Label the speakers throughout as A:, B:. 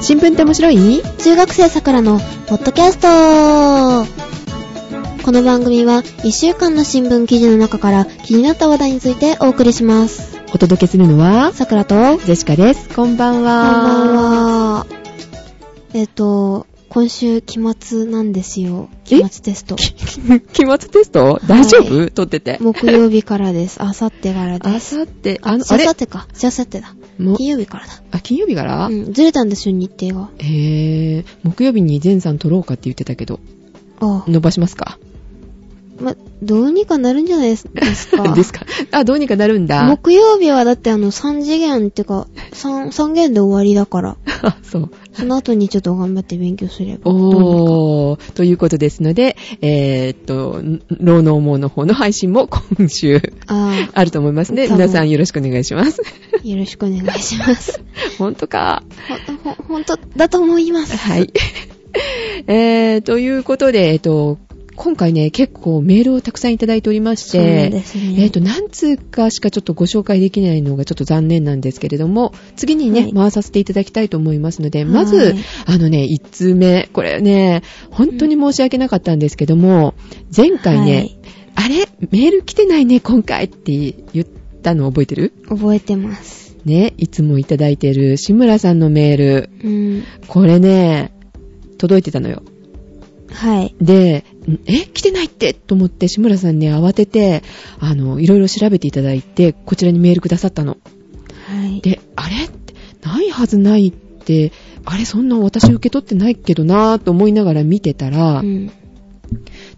A: 新聞って面白い
B: 中学生さくらのポッドキャストこの番組は1週間の新聞記事の中から気になった話題についてお送りします
A: お届けするのは、
B: さくらとこん
A: ジェシカです。こんばん
B: ばん
A: は。
B: はえっ、と今週期末なんですよ期
A: え
B: 末テスト
A: 期末テスト大丈夫、撮ってて。
B: 木曜日からですあさってから
A: あ
B: です
A: さって、あ
B: あ
A: の、
B: し
A: あ
B: あ
A: れ
B: さってかしあさってだ
A: も
B: 金曜日から
A: あ、金曜日から、
B: だうんずれたんですよ日程が
A: へぇー、木曜日に全さん撮ろうかって言ってたけど、
B: ああ
A: 伸ばしますか
B: まどうにかなるんじゃないです か
A: ですかあ、どうにかなるんだ。
B: 木曜日はだってあの3次元ってか 3, 3元で終わり だから、
A: あ そう。
B: その後にちょっと頑張って勉強すれば。どうにか
A: おー、ということですので、えー、っと、ん労農網の方の配信も今週
B: あ
A: あると思いますね。
B: 多分
A: 皆さんよろしくお願いします。
B: あ、よろしくお願いします。
A: 本当か。
B: ほ、ほ、ほんとだと思います。
A: はい。 えー、ということで、えっと、今回ね、結構メールをたくさんいただいておりまし
B: そうなんで
A: て、
B: すね。
A: えっ、と、何通かしかちょっとご紹介できないのがちょっと残念なんですけれども、次にね、
B: はい
A: 回させていただきたいと思いますので、
B: はい
A: まず、あのね、1通目、これね、本当に申し訳なかったんですけども、前回ね、
B: はい
A: あれメール来てないね、今回って言ったの覚えてる
B: 覚えてます。
A: ね、いつもいただいてる志村さんのメール、
B: うん。
A: これね、届いてたのよ。
B: はい。
A: で、んえ、来てないってと思って、志村さんに慌てて、あの、いろいろ調べていただいて、こちらにメールくださったの。
B: はい。
A: で、あれって、ないはずないって、あれ、そんな私受け取ってないけどなぁと思いながら見てたら、
B: うん。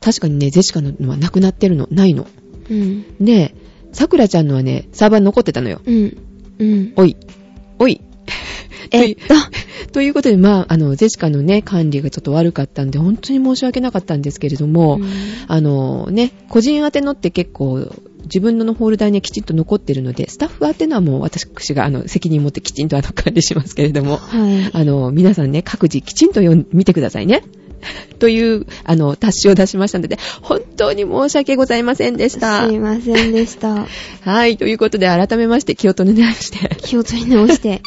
A: 確かにね、ジェシカのはなくなってるの、ないの。
B: うん。
A: で、さくらちゃんのはね、サーバーに残ってたのよ。
B: うん。うん。
A: おい、おい、
B: えっと、
A: ということで、まあ、あの、ジェシカのね、管理がちょっと悪かったんで、本当に申し訳なかったんですけれども、
B: うん
A: あのね、個人宛てのって結構、自分のホールダーにはきちんと残ってるので、スタッフ宛てのはもう私があの責任持ってきちんとあの管理しますけれども、
B: はい。
A: あの、皆さんね、各自きちんと読ん見てくださいね。 という、あの、達しを出しましたので、本当に申し訳ございませんでした
B: す。いません でした。
A: はい、ということで、改めまして気を取り直して。
B: 気を取り直して。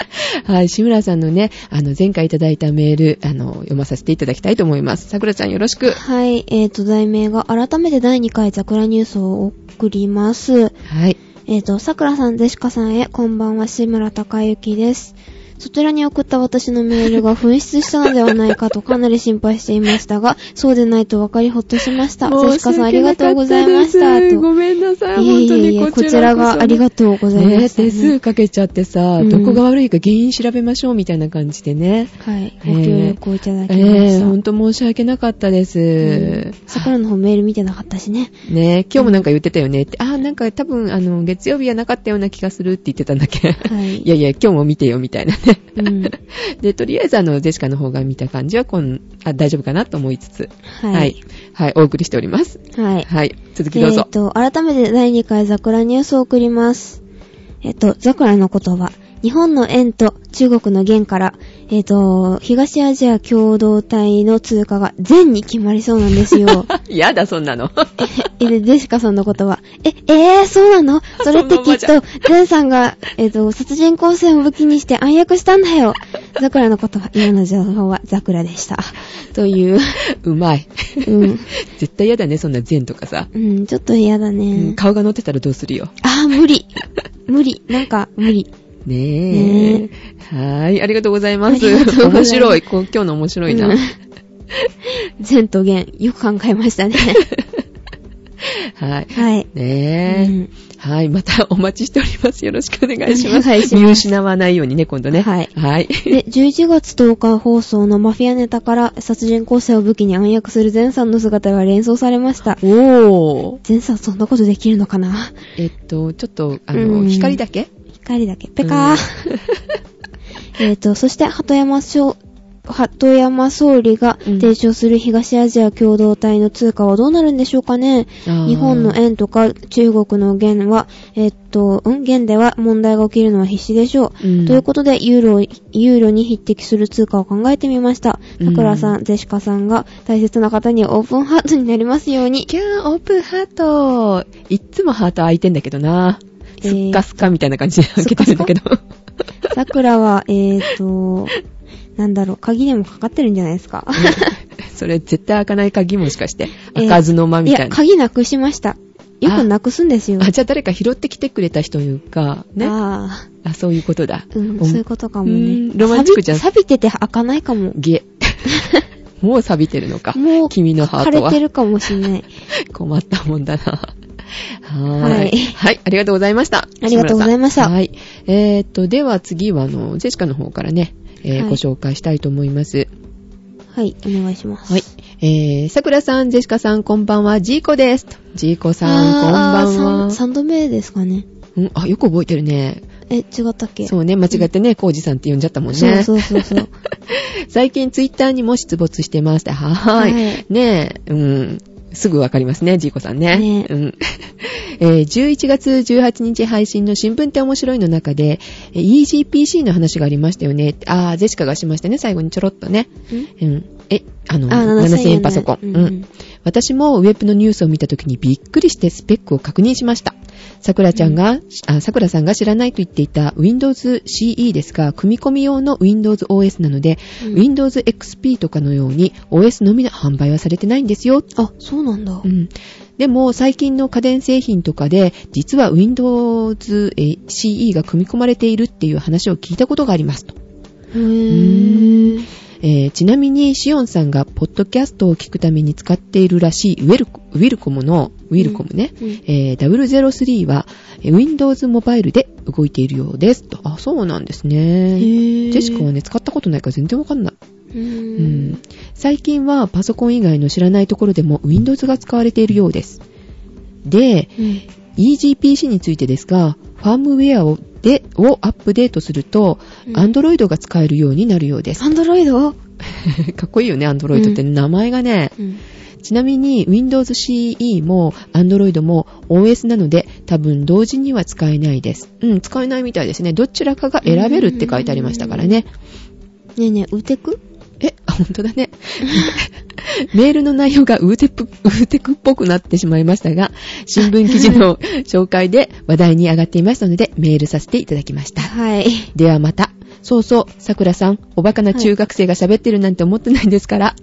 A: はい、志村さんのね、あの、前回いただいたメール、あの、読まさせていただきたいと思います。さくらちゃんよろしく。
B: はい。えっ、と、題名が、改めて第2回桜ニュースを送ります。
A: はい。
B: えっ、と、桜さん、ゼシカさんへ、こんばんは、志村隆之です。そちらに送った私のメールが紛失したのではないかとかなり心配していましたが、そうでないと分かりほっとしました。ゼシカさんありがとうございまし
A: 申
B: た。
A: し訳なかったです
B: と。
A: ごめんなさい、
B: いえ
A: 本
B: い
A: 当
B: えい
A: に
B: え、
A: こ
B: こ
A: ち
B: ち
A: ら
B: ら
A: こそ
B: がありがとうございま
A: ね、
B: した、ね。
A: 手数かけちゃってさ、
B: うん
A: どこが悪いか原因調べましょうみたいな感じでね。
B: はい。
A: え
B: ご協力をいただきま
A: ええ
B: した。
A: ほんと申し訳なかったです。
B: うん桜の方メール見てなかったしね。
A: ね今日もなんか言ってたよねって、ああ、なんか多分、あの、月曜日はなかったような気がするって言ってたんだっけ。
B: はい。
A: いやいや、今日も見てよみたいなね。
B: うん。は
A: で、とりあえず、あの、ジェシカの方が見た感じはこんあ、大丈夫かなと思いつつ、
B: い。
A: はい、はい。お送りしております。
B: はい。
A: はい。続きどうぞ
B: えっ、。と、改めて第2回桜ニュースを送ります。えっ、と、桜の言葉。日本の円と中国の元から、えっ、と、東アジア共同体の通貨が全に決まりそうなんで すよ。
A: やだ、そんなの。
B: え、で、ジェシカさんの言葉。え、えー、そうなのそれってきっ
A: そのま
B: と、全さんが、えっ、と、殺人光線を武器にして暗躍したんだよ。桜の言葉。今の情報は桜でした。 という。
A: うまい。
B: うん。
A: 絶対やだね、そんな善とかさ。
B: うん、ちょっと嫌だ
A: う
B: ね
A: ん。顔が乗ってたらどうするよ。
B: あー、無理。無理。なんか、無理。
A: ねえ。
B: ね
A: はーい、ありがとうございます。
B: ありがとうございます
A: 面白い。こう今日の面白いな。
B: うん善と言、よく考えましたね。
A: はい。
B: はい。
A: ねえ、
B: うん
A: はい、またお待ちしております。よろしくお願いします。
B: お願いします
A: 見失わないようにね、今度ね。
B: はい
A: はい。
B: で、11月10日放送のマフィアネタから殺人構成を武器に暗躍する善さんの姿が連想されました。
A: おー。
B: 善さんそんなことできるのかな
A: えっと、ちょっと、あの、
B: うん
A: 光だけ
B: 光だけ。ペカー。 えっと、そして、鳩山省、鳩山総理が
A: うん
B: 提唱する東アジア共同体の通貨はどうなるんでしょうかね、日本の
A: 絵
B: 円とか中国の元は、えっと、うん、元では問題が起きるのは必至でしょう。ということで、ユーロ、ユーロに匹敵する通貨を考えてみました。
A: うん
B: さくらさん、ゼシカさんが大切な方にオープンハートになりますよ うに。
A: キャンオープンハート。いっつもハート開いてんだけどな。
B: え
A: す
B: ー
A: っかすかみたいな感じで開けてるんだけど。
B: さくらは、えーと、なんだろう、鍵でもかかってるんじゃないですか。
A: それ絶対開かない鍵もしかして、
B: えー
A: 開かずの間
B: い
A: みた
B: や、
A: いな。
B: 鍵なくしました。よくなくすんですよ。
A: あ、じゃあ誰か拾ってきてくれた人いうか、ね。あ
B: あ
A: そういうことだ。
B: ーうん、
A: お
B: そういうことかも
A: う
B: ね
A: ー。んロマンチックじゃん
B: 錆び錆びてて開かないかも。
A: げ。 もう錆びてるのか。
B: もう、
A: 君のハー
B: 枯
A: ト
B: れ
A: は
B: てるかもしんない。
A: 困ったもんだな。はーい,、
B: は
A: はいい。ありがとうございました。
B: ありがとうございました
A: 志村さんはい。えー、っと、では次は、あの、ジェシカの方からね、えー
B: はい
A: ご紹介したいと思います。
B: はい、お願いします。
A: はい。えー、さくらさん、ジェシカさん、こんばんは、ジーコです。ジーコさん、こんば
B: あー
A: んは。
B: 3度目ですかね。
A: うん、あ、よく覚えてるね。
B: え、違ったっけ
A: そうね、間違ってね、コウジさんって呼んじゃったもんね。
B: そうそうそ うそう。
A: 最近ツイッターにも出没してます。はーい。
B: はい
A: ねえ、うん。すぐわかりますね、ジーコさんね。
B: ねえ
A: うん。えー11月18日配信の新聞って面白いの中で、えー EGPC の話がありましたよね。あー、ゼシカがしましたね、最後にちょろっとね。
B: ん
A: うん。え、あの、
B: あ7000
A: 7000円パソコン。
B: うん
A: うん私もウェブのニュースを見た時にびっくりしてスペックを確認しました。さくらちゃんが、あさくらさんが知らないと言っていた Windows CE ですが、組み込み用の Windows OS なので、
B: うん
A: Windows XP とかのように OS のみの販売はされてないんですよ。
B: あ、そうなんだ。
A: うん。でも、最近の家電製品とかで、実は Windows えー CE が組み込まれているっていう話を聞いたことがありますと。
B: へぇー。
A: えーちなみに、シオンさんがポッドキャストを聞くために使っているらしいウェルコウィルコムの、ウィルコムね、
B: うんうん
A: えー003はえー Windows モバイルで動いているようですと。あ、そうなんです
B: へ
A: ね。
B: ぇー。
A: ジェシカはね、使ったことないから全然わかんない。
B: う。
A: うんん、最近はパソコン以外の知らないところでも Windows が使われているようです。で、
B: うん。
A: EGPC についてですが、ファームウェアをでをアップデートすると、
B: うん
A: Android が使えるようになるようです。
B: アンドロイド
A: かっこいいよね、Android って。
B: う
A: 名前がね。
B: うん。
A: ちなみに Windows CE も Android も OS なので多分同時には使えないです。うん、使えないみたいですね。どちらかが選べるって書いてありましたからね。
B: ねえねえ、ウ テク
A: え、あ本当だね。 メールの内容がウーテプ、ウーテクっぽくなってしまいましたが、新聞記事の紹介で話題に上がっていましたので、メールさせていただきました。
B: はい。
A: ではまた。そうそう、桜さん、おバカな中学生が喋ってるなんて思ってないんですから、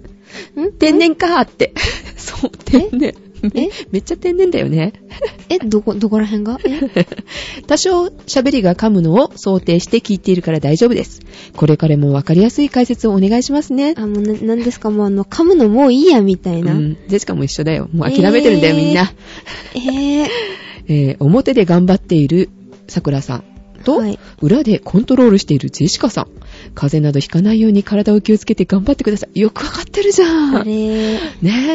B: ん
A: 天然かーっ て。そう、天然。
B: え
A: めめっちゃ天然だよね。
B: え、どこ、どこら辺がえ
A: 多少喋りが噛むのを想定して聞いているから大丈夫です。これからもわかりやすい解説をお願いしますね。
B: あ、もうな、なんですか、もうあの、噛むのもういいや、みたいな。
A: うん。ジェシカも一緒だよ。もう諦めてるんだよ、
B: えー
A: みんな。
B: えぇー。
A: えー表で頑張っている桜さんと、
B: はい
A: 裏でコントロールしているジェシカさん。風邪などひかないように体を気をつけて頑張ってください。よくわかってるじゃ
B: あ
A: ん。
B: れ
A: ね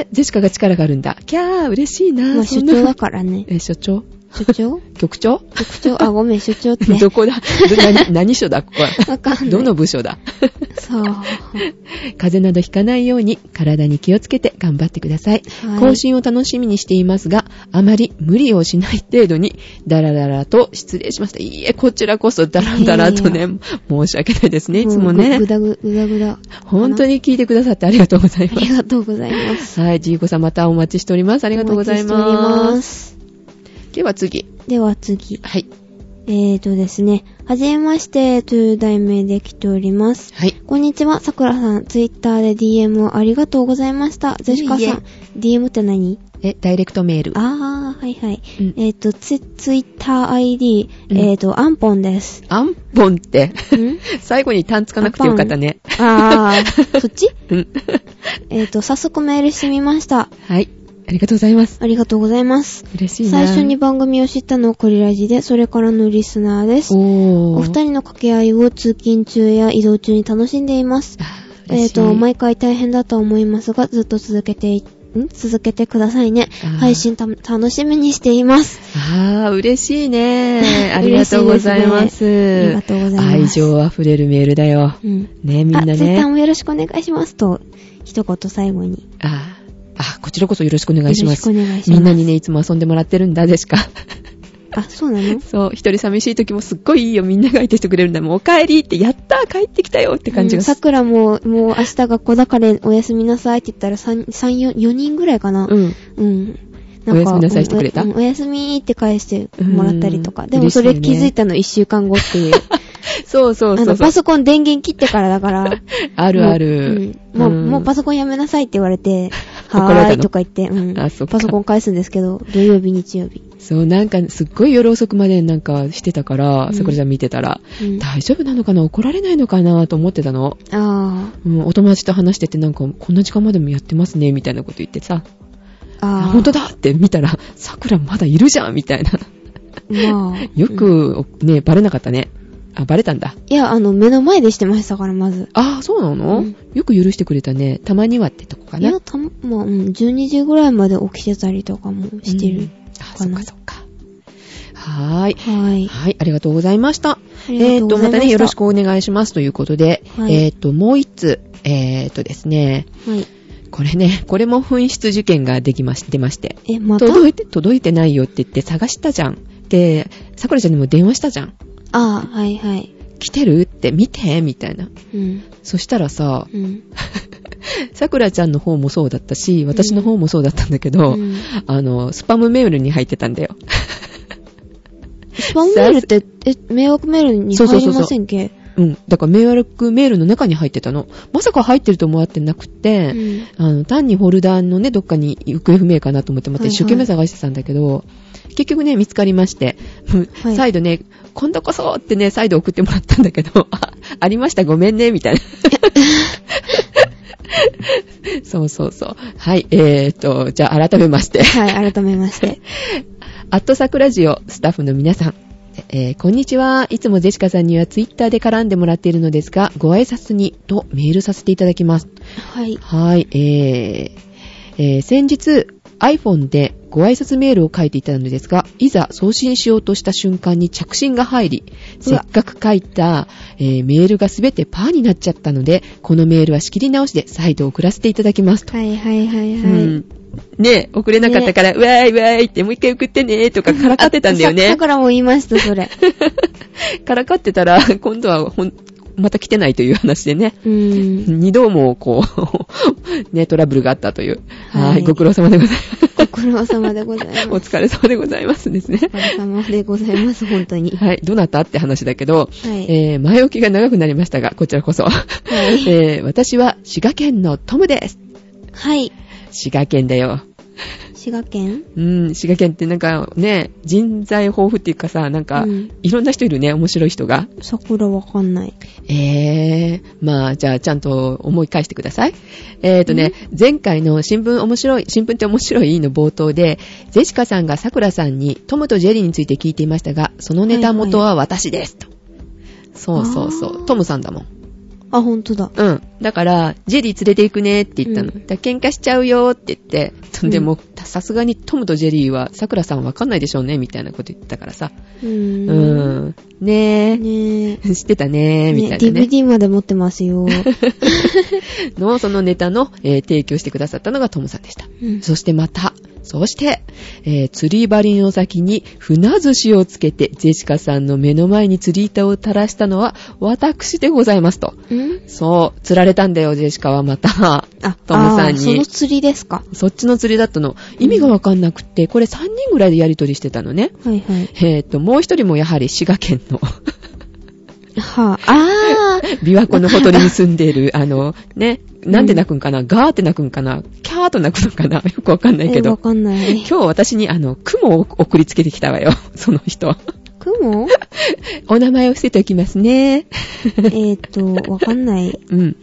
A: え、ジェシカが力があるんだ。キャー、嬉しいな。
B: まあ、
A: そ
B: 所
A: んな
B: 長だからね。
A: えー所長
B: 所 長
A: 局長
B: 局長あ、ごめん、所長って。
A: どこだど 何何所だここは。
B: わかんない。
A: どの部署だ
B: そう。
A: 風邪などひかないように体に気をつけて頑張ってください。
B: はい
A: 更新を楽しみにしていますが、あまり無理をしない程度に、ダラダラと失礼しました。いいえ、こちらこそダラダラと
B: いや
A: ね、申し訳ないですね、いつも
B: ぐ
A: ね
B: ぐ。だぐ、ぐだぐだ。
A: 本当に聞いてくださってありがとうござい
B: あ
A: ま
B: りがとうございます。
A: す。はい、ジーコさんまたお待ちしております。あ
B: あ
A: りがとうございます。では次。
B: では次。
A: はい。
B: えーとですね、はじめましてという題名で来ております。
A: はい。
B: こんにちは、さくらさん。ツイッターで DM をありがとうございました。ゼシカ
A: いえい
B: さん。DM って何
A: え、ダイレクトメール。
B: あー、はいはい。
A: うん
B: えーと、ツツイッター ID、
A: うん
B: えーと、アンポンです。
A: アンポンって、
B: ん
A: 最後にタンつかなくてよかったね。
B: あー、そっち
A: うん。
B: えーと、早速メールしてみました。
A: はい。ありがとうございます。
B: ありがとうございます。
A: 嬉しいな。
B: 最初に。番組を知ったのはコリラジで、それからのリスナーです。
A: おー。
B: お二人の掛け合いを通勤中や移動中に楽しんでいます。
A: あー。
B: え
A: 嬉
B: っ、
A: しい
B: と、毎回大変だとは思いますが、ずっと続けてい、ん続けてくださいね
A: あー。
B: 配信た楽しみにしています。
A: ああ、嬉しい ね。ありがとうございます。
B: 嬉しいですねありがとうございます
A: 愛情あふれるメールだよ。
B: うん。
A: ね、みんな
B: あ、ツイッター
A: ね。
B: もよろしくお願いしますと、一言最後に。
A: ああ、こちらこそよろしくお願いします。
B: よろしくお願いしま
A: み
B: す
A: んなにね、いつも遊んでもらってるんだ、でし か。
B: あ、そうなの
A: そう、一人寂しい時もすっごいいいよ、みんながいてしてくれるんだ。もうお帰りって、やったー帰ってきたよって感じ
B: う
A: が
B: ん
A: す
B: さ
A: る。
B: くらも、もう明日学校だからおやすみなさいって言ったら3、3 4, 4人ぐらいかな。
A: うん。
B: うん。
A: おやすみなさいしてくれた
B: うんおやすみって返してもらったりと
A: う
B: か。
A: ん
B: でもそれ
A: 嬉しい
B: 気
A: ね
B: づいたの1週間後っていう。
A: そうそう
B: あ
A: そ
B: の、
A: うそう
B: パ。ソコン電源切ってからだから。
A: あるある。
B: もう、うんもうもう
A: パ
B: パソコンやめなさいって言われて、
A: 怒ら
B: は
A: れたの
B: ーいとか言って、うん。
A: あそっか
B: パソコン返すんですけど、土曜日、日曜日。
A: そう、なんか、すっごい夜遅くまでなんかしてたから、
B: うん
A: さくらちゃん見てたら、
B: うん、あ
A: 大丈夫なのかな怒られないのかなと思ってたの。
B: あ
A: うん、お友達と話しててなんか、こんな時間までもやってますね、みたいなこと言ってさ、
B: ー。ああ。
A: 本当だって見たら、さくらまだいるじゃんみたいな。。
B: まあ
A: よ
B: うん
A: く、ね、バレなかったね。あ、バレたんだ。
B: いや、あの、目の前でしてましたから、まず。
A: ああ、そうなの、
B: うん
A: よく許してくれたね。たまにはってとこか
B: い
A: な。
B: や、たま、まあ、うん、12時ぐらいまで起きてたりとかもして
A: う
B: る
A: ん。あ、
B: か
A: そっ
B: な
A: かそっか。はーい。
B: はーい。
A: はい、ありがとうございました。
B: あり
A: え
B: がと
A: ーと、
B: うござ
A: ま
B: いました
A: たね、よろしくお願いしますということで、
B: はい
A: えーと、もう一つ、えーとですね、
B: はい。
A: これね、 これも紛失受験ができまし、出まして。
B: え、また
A: 届いて、届いてないよって言って探したじゃん。で、さくらちゃんにも電話したじゃん。
B: ああ、はいはい。
A: 来てるって見て、みたいな。
B: うん。
A: そしたらさ、
B: うん。
A: さくらちゃんの方もそうだったし、私の方もそうだったんだけど、
B: うん
A: あの、スパムメールに入ってたんだよ。
B: スパムメールって、え、迷惑メールに
A: そうそうそ
B: 入り
A: うそう
B: ませんっけ
A: うん。だから迷惑メールの中に入ってたの。まさか入ってると思われてなくて、
B: うん
A: あの、単にフォルダーのね、どっかに行方不明かなと思って、また
B: はいはい
A: 一生懸命探してたんだけど、結局ね、見つかりまして、
B: はい
A: 再度ね、今度こそってね、再度送ってもらったんだけど、 あ、ありました、ごめんね、みたい な。そうそうそう。はい、えーと、じゃあ改めまして、
B: はい、改めまして。
A: アットサクラジオスタッフの皆さん、えーこんにちは。いつもジェシカさんにはツイッターで絡んでもらっているのですが、ご挨拶にとメールさせていただきます。
B: はい。
A: はい、えー、えー先日 iPhone でご挨拶メールを書いていたのですが、いざ送信しようとした瞬間に着信が入り、
B: う
A: せ
B: わ
A: っかく書いた、えーメールがすべてパーになっちゃったので、このメールは仕切り直しで再度送らせていただきますと。
B: はいはいはいうはい。
A: んねえ、送れなかったから、わーいわーいってもう一回送ってねーとかからかってたんだよ
B: さ
A: ね
B: さ。からも言いました、それ。
A: からかってたら、今度はほん、また来てないという話でね。
B: うん。
A: 二度も、こう、 ね、トラブルがあったという。
B: はい
A: はい、ご苦労様でござい
B: ご苦労様でござい
A: ます。お
B: ます。
A: 疲れ様でございますですね
B: お。疲れ様でございます、本当に。
A: はい、どなたって話だけど、
B: はい。
A: えー、前置きが長くなりましたが、こちらこそ。 えー、私は滋賀県のトムです。
B: はい。
A: 滋賀県だよ。
B: 滋賀県
A: うん、滋賀県ってなんかね、人材豊富っていうかさ、なんか、
B: うん
A: いろんな人いるね、面白い人が。
B: 桜わかんない。
A: ええまあ、じゃあ、ちゃんと思い返してください。えっ、とね、前回の新聞面白い、新聞って面白いの冒頭で、ゼシカさんがさくらさんにトムとジェリーについて聞いていましたが、そのネタ元は私です、と。そうそうそ
B: あー
A: う。トムさんだもん。
B: あ、ほんとだ。
A: うん。だから、ジェリー連れて行くねって言ったの。
B: うん
A: だから喧嘩しちゃうよって言って、
B: うん
A: でも、さすがにトムとジェリーは、さくらさんわかんないでしょうね、みたいなこと言ってたからさ。
B: う
A: う
B: ーん。
A: ん。ね
B: ねえ。
A: え。 知ってたねみたいなね。
B: DVD まで持ってます よ。
A: の、そのネタの、えー提供してくださったのがトムさんでした。
B: うん
A: そしてまた、そして、えー釣り針の先に船寿司をつけて、ジェシカさんの目の前に釣り板を垂らしたのは、私でございますと。
B: うん
A: そう、釣られたんだよ、ジェシカはまた。
B: あ、
A: トムさん
B: あーその
A: に。
B: 釣りですか。
A: そっちの釣りだったの。意味がわかんなくって、これ3人ぐらいでやりとりしてたのね。
B: はいはい。
A: えっ、と、もう一人もやはり滋賀県の
B: はあ、あー
A: 琵琶湖のほとりに住んでいる、あの、ね、なんで泣くんかな、ガーって泣くんかなキャーと泣くのかなよくわか んないけ
B: え、わ
A: ど。
B: かんない。
A: 今日私にあの、雲を送りつけてきたわよ。 その人。
B: 雲
A: お名前を伏せておきますね。
B: えっと、わかんない。
A: うん。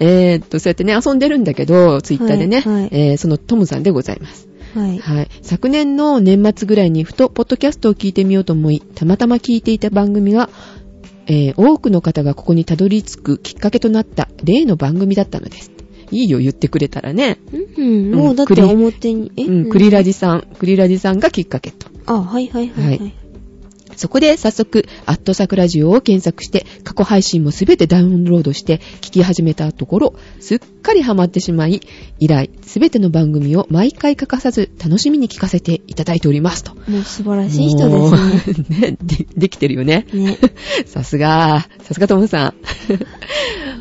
A: えーっと、そうやってね、遊んでるんだけど、ツイッターでね、
B: はいはい
A: えーそのトムさんでございます。
B: はい。
A: はい。昨年の年末ぐらいにふと、ポッドキャストを聞いてみようと思い、たまたま聞いていた番組が、えー多くの方がここにたどり着くきっかけとなった例の番組だったのです。いいよ、言ってくれたらね。
B: うん、もうだっ
A: 栗
B: て表に、え
A: うん、クリラジさん、クリラジさんがきっかけと。
B: あ、はいはいはいは。
A: はいそこで早速、アットサクラジオを検索して、過去配信もすべてダウンロードして、聞き始めたところ、すっかりハマってしまい、以来、すべての番組を毎回欠かさず、楽しみに聞かせていただいておりますと。
B: もう素晴らしい人です
A: す ね。で、できてるよね。
B: ね。ね。
A: さすが、さすがともさん。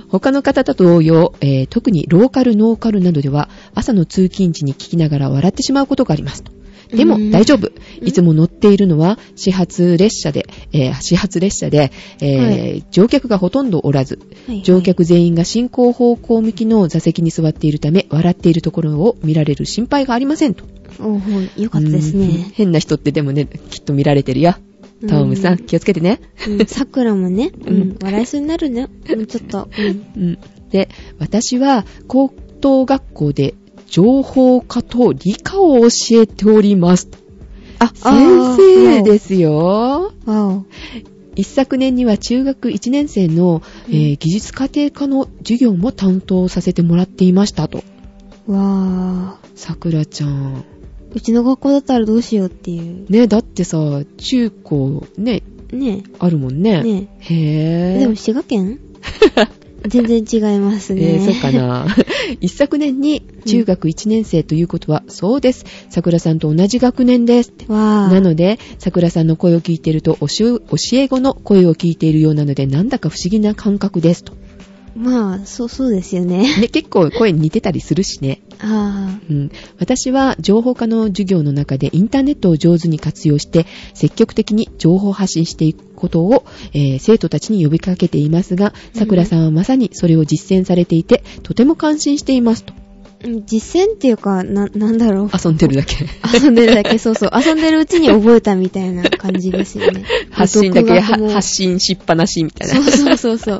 A: 他の方と同様、えー特にローカル、ノーカルなどでは、朝の通勤時に聞きながら笑ってしまうことがありますと。でも
B: うん
A: 大丈夫。
B: うん
A: いつも乗っているのは始発列車で、えー始発列車で、えー
B: は
A: 乗客がほとんどおらず、
B: はいはい
A: 乗客全員が進行方向向きの座席に座っているため、笑っているところを見られる心配がありませんと。
B: おーよかったです
A: うん
B: ね。
A: 変な人ってでもね、きっと見られてるよ。タオムさん、気をつけてね。
B: うんさくらもね、う
A: うん
B: ん、笑いそうになるね。うんちょっと、うん。
A: うん、で、私は高等学校で情報科と理科を教えております。あ、
B: あ
A: 先
B: ー
A: 生ですよ。
B: わお。
A: 一昨年には中学1年生の、えー
B: うん
A: 技術家庭科の授業も担当させてもらっていましたと。
B: わー。
A: さくらちゃん。
B: うちの学校だったらどうしようっていう。
A: ね、だってさ、中高ね、
B: ね
A: あるもんね。
B: え。ね
A: へ
B: え。
A: ぇ
B: でも滋 賀県全然違いますね。
A: えーそうかな。 一昨年に中学1年生ということは、そうです。桜さんと同じ学年です。
B: わー。
A: なので、桜さんの声を聞いていると、教え教え子の声を聞いているようなので、なんだか不思議な感覚ですと。
B: まあ、そう、そうです よね。
A: ね、結構声似てたりするしね。
B: あ
A: うん、私は情報科の授業の中でインターネットを上手に活用して積極的に情報発信していくことを、えー生徒たちに呼びかけていますがさくらさんはまさにそれを実践されていてとても感心していますと
B: ーうん実践っていうか、な、なんだろう。
A: 遊んでるだけ。
B: 遊んでるだけ、そうそう。遊んでるうちに覚えたみたいな感じですよね
A: 発信だけ
B: 独学も
A: は発信しっぱなしみたいな
B: そうそうそう そう。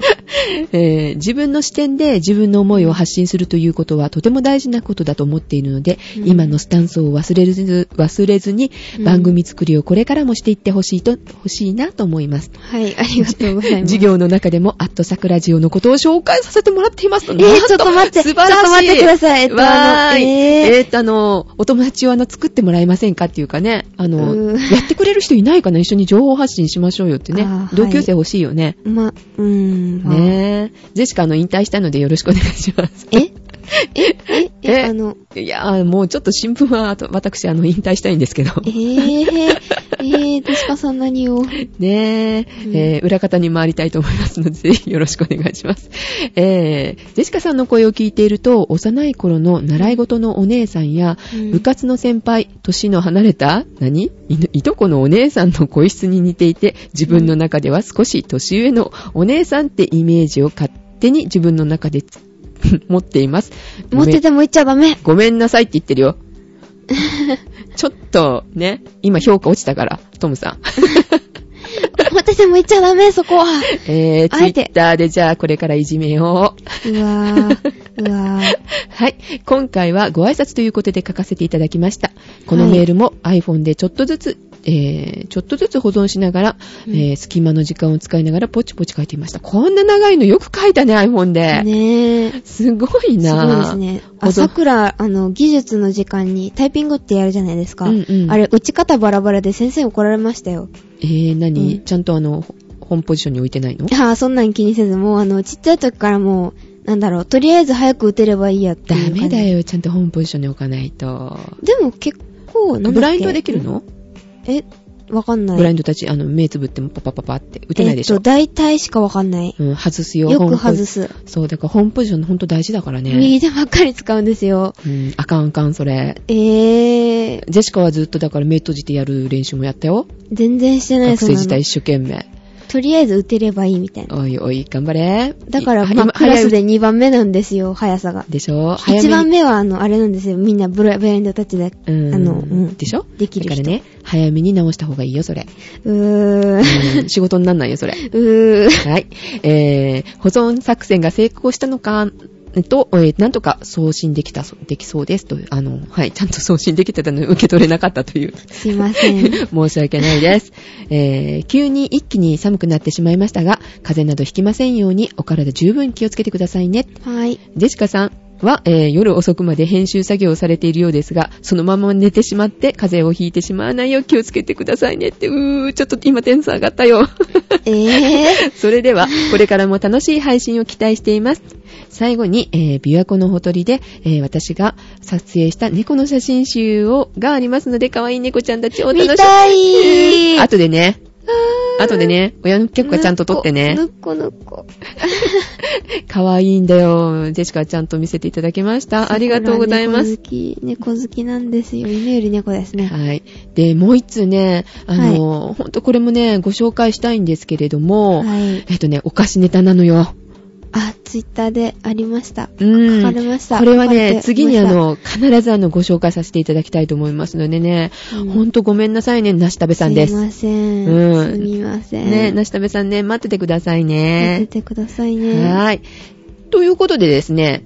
A: えー自分の視点で自分の思いを発信するということはとても大事なことだと思っているので、
B: うん
A: 今のスタンスを忘れず忘れずに
B: うん
A: 番組作りをこれからもしていってほしいと、ほしいなと思います。
B: はい、ありがとうございます。
A: 授業の中でも、アットサクラジオのことを紹介させてもらっています
B: え
A: と
B: ー
A: なん
B: ちょっと待って、ちょ
A: 素
B: っと
A: 晴らしい。
B: 待ってください。えっと、
A: わ
B: あ
A: ー
B: の、
A: い。
B: え
A: えーっと、あの、お友達をあの、作ってもらえませんかっていうかね、あの、
B: うー
A: やってくれる人いないかな一緒に情報発信しましょうよってね
B: あ。ー
A: 同級生欲しいよね。
B: ー、ま、うーん、まあ
A: ねえ。ジェシカ、あの、引退したのでよろしくお願いします。
B: えええ
A: え
B: えあの、
A: いやー、もうちょっと新聞は、あと私、あの、引退したいんですけど。
B: えー、えー、デシカさん何を。
A: ねえ、
B: うん
A: えー裏方に回りたいと思いますので、ぜひよろしくお願いします。えー、ジェシカさんの声を聞いていると、幼い頃の習い事のお姉さんや、
B: うん
A: 部活の先輩、年の離れた、何いいとこのお姉さんの声質に似ていて、自分の中では少し年上のお姉さんってイメージを勝手に自分の中で つ持っています。
B: 持ってても言っちゃダメ。
A: ごめんなさいって言ってる よ。ちょっとね、今評価落ちたから、トムさ ん。
B: 持ってても言っちゃダメ、そこは。
A: えー、ツ
B: あ
A: イ
B: えて
A: ッターでじゃあこれからいじめよう。
B: うわー、うわー。
A: はい。今回はご挨拶ということで書かせていただきました。この
B: はい
A: メールも iPhone でちょっとずつ、えー、ちょっとずつ保存しながら、
B: うん
A: えー、隙間の時間を使いながらポチポチ書いていました。こんな長いのよく書いたね、iPhone で。
B: ねえ。
A: すごい
B: す
A: な
B: ごいですね。
A: ほ
B: あ、
A: ど
B: さくら、あの、技術の時間にタイピングってやるじゃないですか。
A: うんうん
B: あれ、打ち方バラバラで先生怒られましたよ。
A: えー、何、
B: うん
A: ちゃんとあの、本ポジションに置いてないの
B: ああ、そんなん気にせず、もうあの、ちっちゃい時からもう、なんだろう、とりあえず早く打てればいいやって
A: ダ
B: いう感じ。
A: メだ。よ、ちゃんと本ポジションに置かないと。
B: でも結構、なんだっけ
A: ブラインドはできるの、
B: え、わかんない。
A: ブライン
B: ド
A: ドたち、あの、目つぶってもパパパパって打てないでし
B: え
A: ょ
B: っと、。大体しかわかんない。
A: うん、外すよ。
B: よ
A: ホー
B: く
A: ムポジ
B: 外す。
A: そう、だからホームポジションほんと大事だからね。
B: 右手ばっかり使うんですよ。
A: うん、あかんあかん、それ。
B: ええー、
A: ジェシカはずっとだから目閉じてやる練習もやったよ。
B: 全然してない
A: 学
B: そん
A: 生
B: な
A: 時代
B: の。
A: 一生懸命。
B: とりあえず打てればいいみたいな。
A: おいおい、頑張れ。
B: だか
A: い
B: ら、まあ、
A: 今
B: クラス
A: 早い
B: で2番目なんですよ、速さが。
A: でしょ早めに
B: 1番目は、あの、あれなんですよ。みんなブラブラインドタッチで、
A: うん。
B: あの、うん。
A: でしょ
B: できる
A: だか
B: 人。
A: らね、早めに直した方がいいよ、それ。
B: うーん。
A: うん仕事になんないよ、それ。
B: うーん。
A: はい。えー、保存作戦が成功したのか、と、えーなんとか送信できたそ、できそうですと、あの、はい、ちゃんと送信できてたのに受け取れなかったという。
B: すいません。
A: 申し訳ないです。えー、急に一気に寒くなってしまいましたが、風邪などひきませんようにお体十分気をつけてくださいね。
B: はい。
A: ジェシカさんは、えー夜遅くまで編集作業をされているようですが、そのまま寝てしまって風邪をひいてしまわないよう気をつけてくださいねって、うー、ちょっと今テンション上がったよ。
B: え
A: それでは、これからも楽しい配信を期待しています。最後に、えー、琵琶湖のほとりで、えー私が撮影した猫の写真集を、がありますので、可愛い猫ちゃんたちを
B: ー、
A: お楽しみ
B: 見たい
A: 後でね、あとでね、親の許可ちゃんと取ってね
B: ぬ。っこぬっこ。
A: 可愛いんだよ。ジェシカちゃんと見せていただきました。ありがとうございま
B: 猫
A: す。
B: 好き、猫好きなんですよ。犬より猫ですね。
A: はい。で、もう一通ね、あの、ほんとこれもね、ご紹介したいんですけれども、
B: はい。
A: えっとね、お菓子ネタなのよ。
B: あ、ツイッターでありました。
A: うん
B: 書かれました。
A: これは
B: 書かれ
A: ね、
B: て
A: 次にあ
B: ま
A: の、必ずあの、ご紹介させていただきたいと思いますのでね、
B: した、うん
A: ほんとごめんなさいね、なしたべさんです
B: み。ません。
A: うん
B: すみません。
A: ね、なしたべさんね、待っててください
B: やって
A: ね。
B: てくださいね。
A: はーい。ということでですね、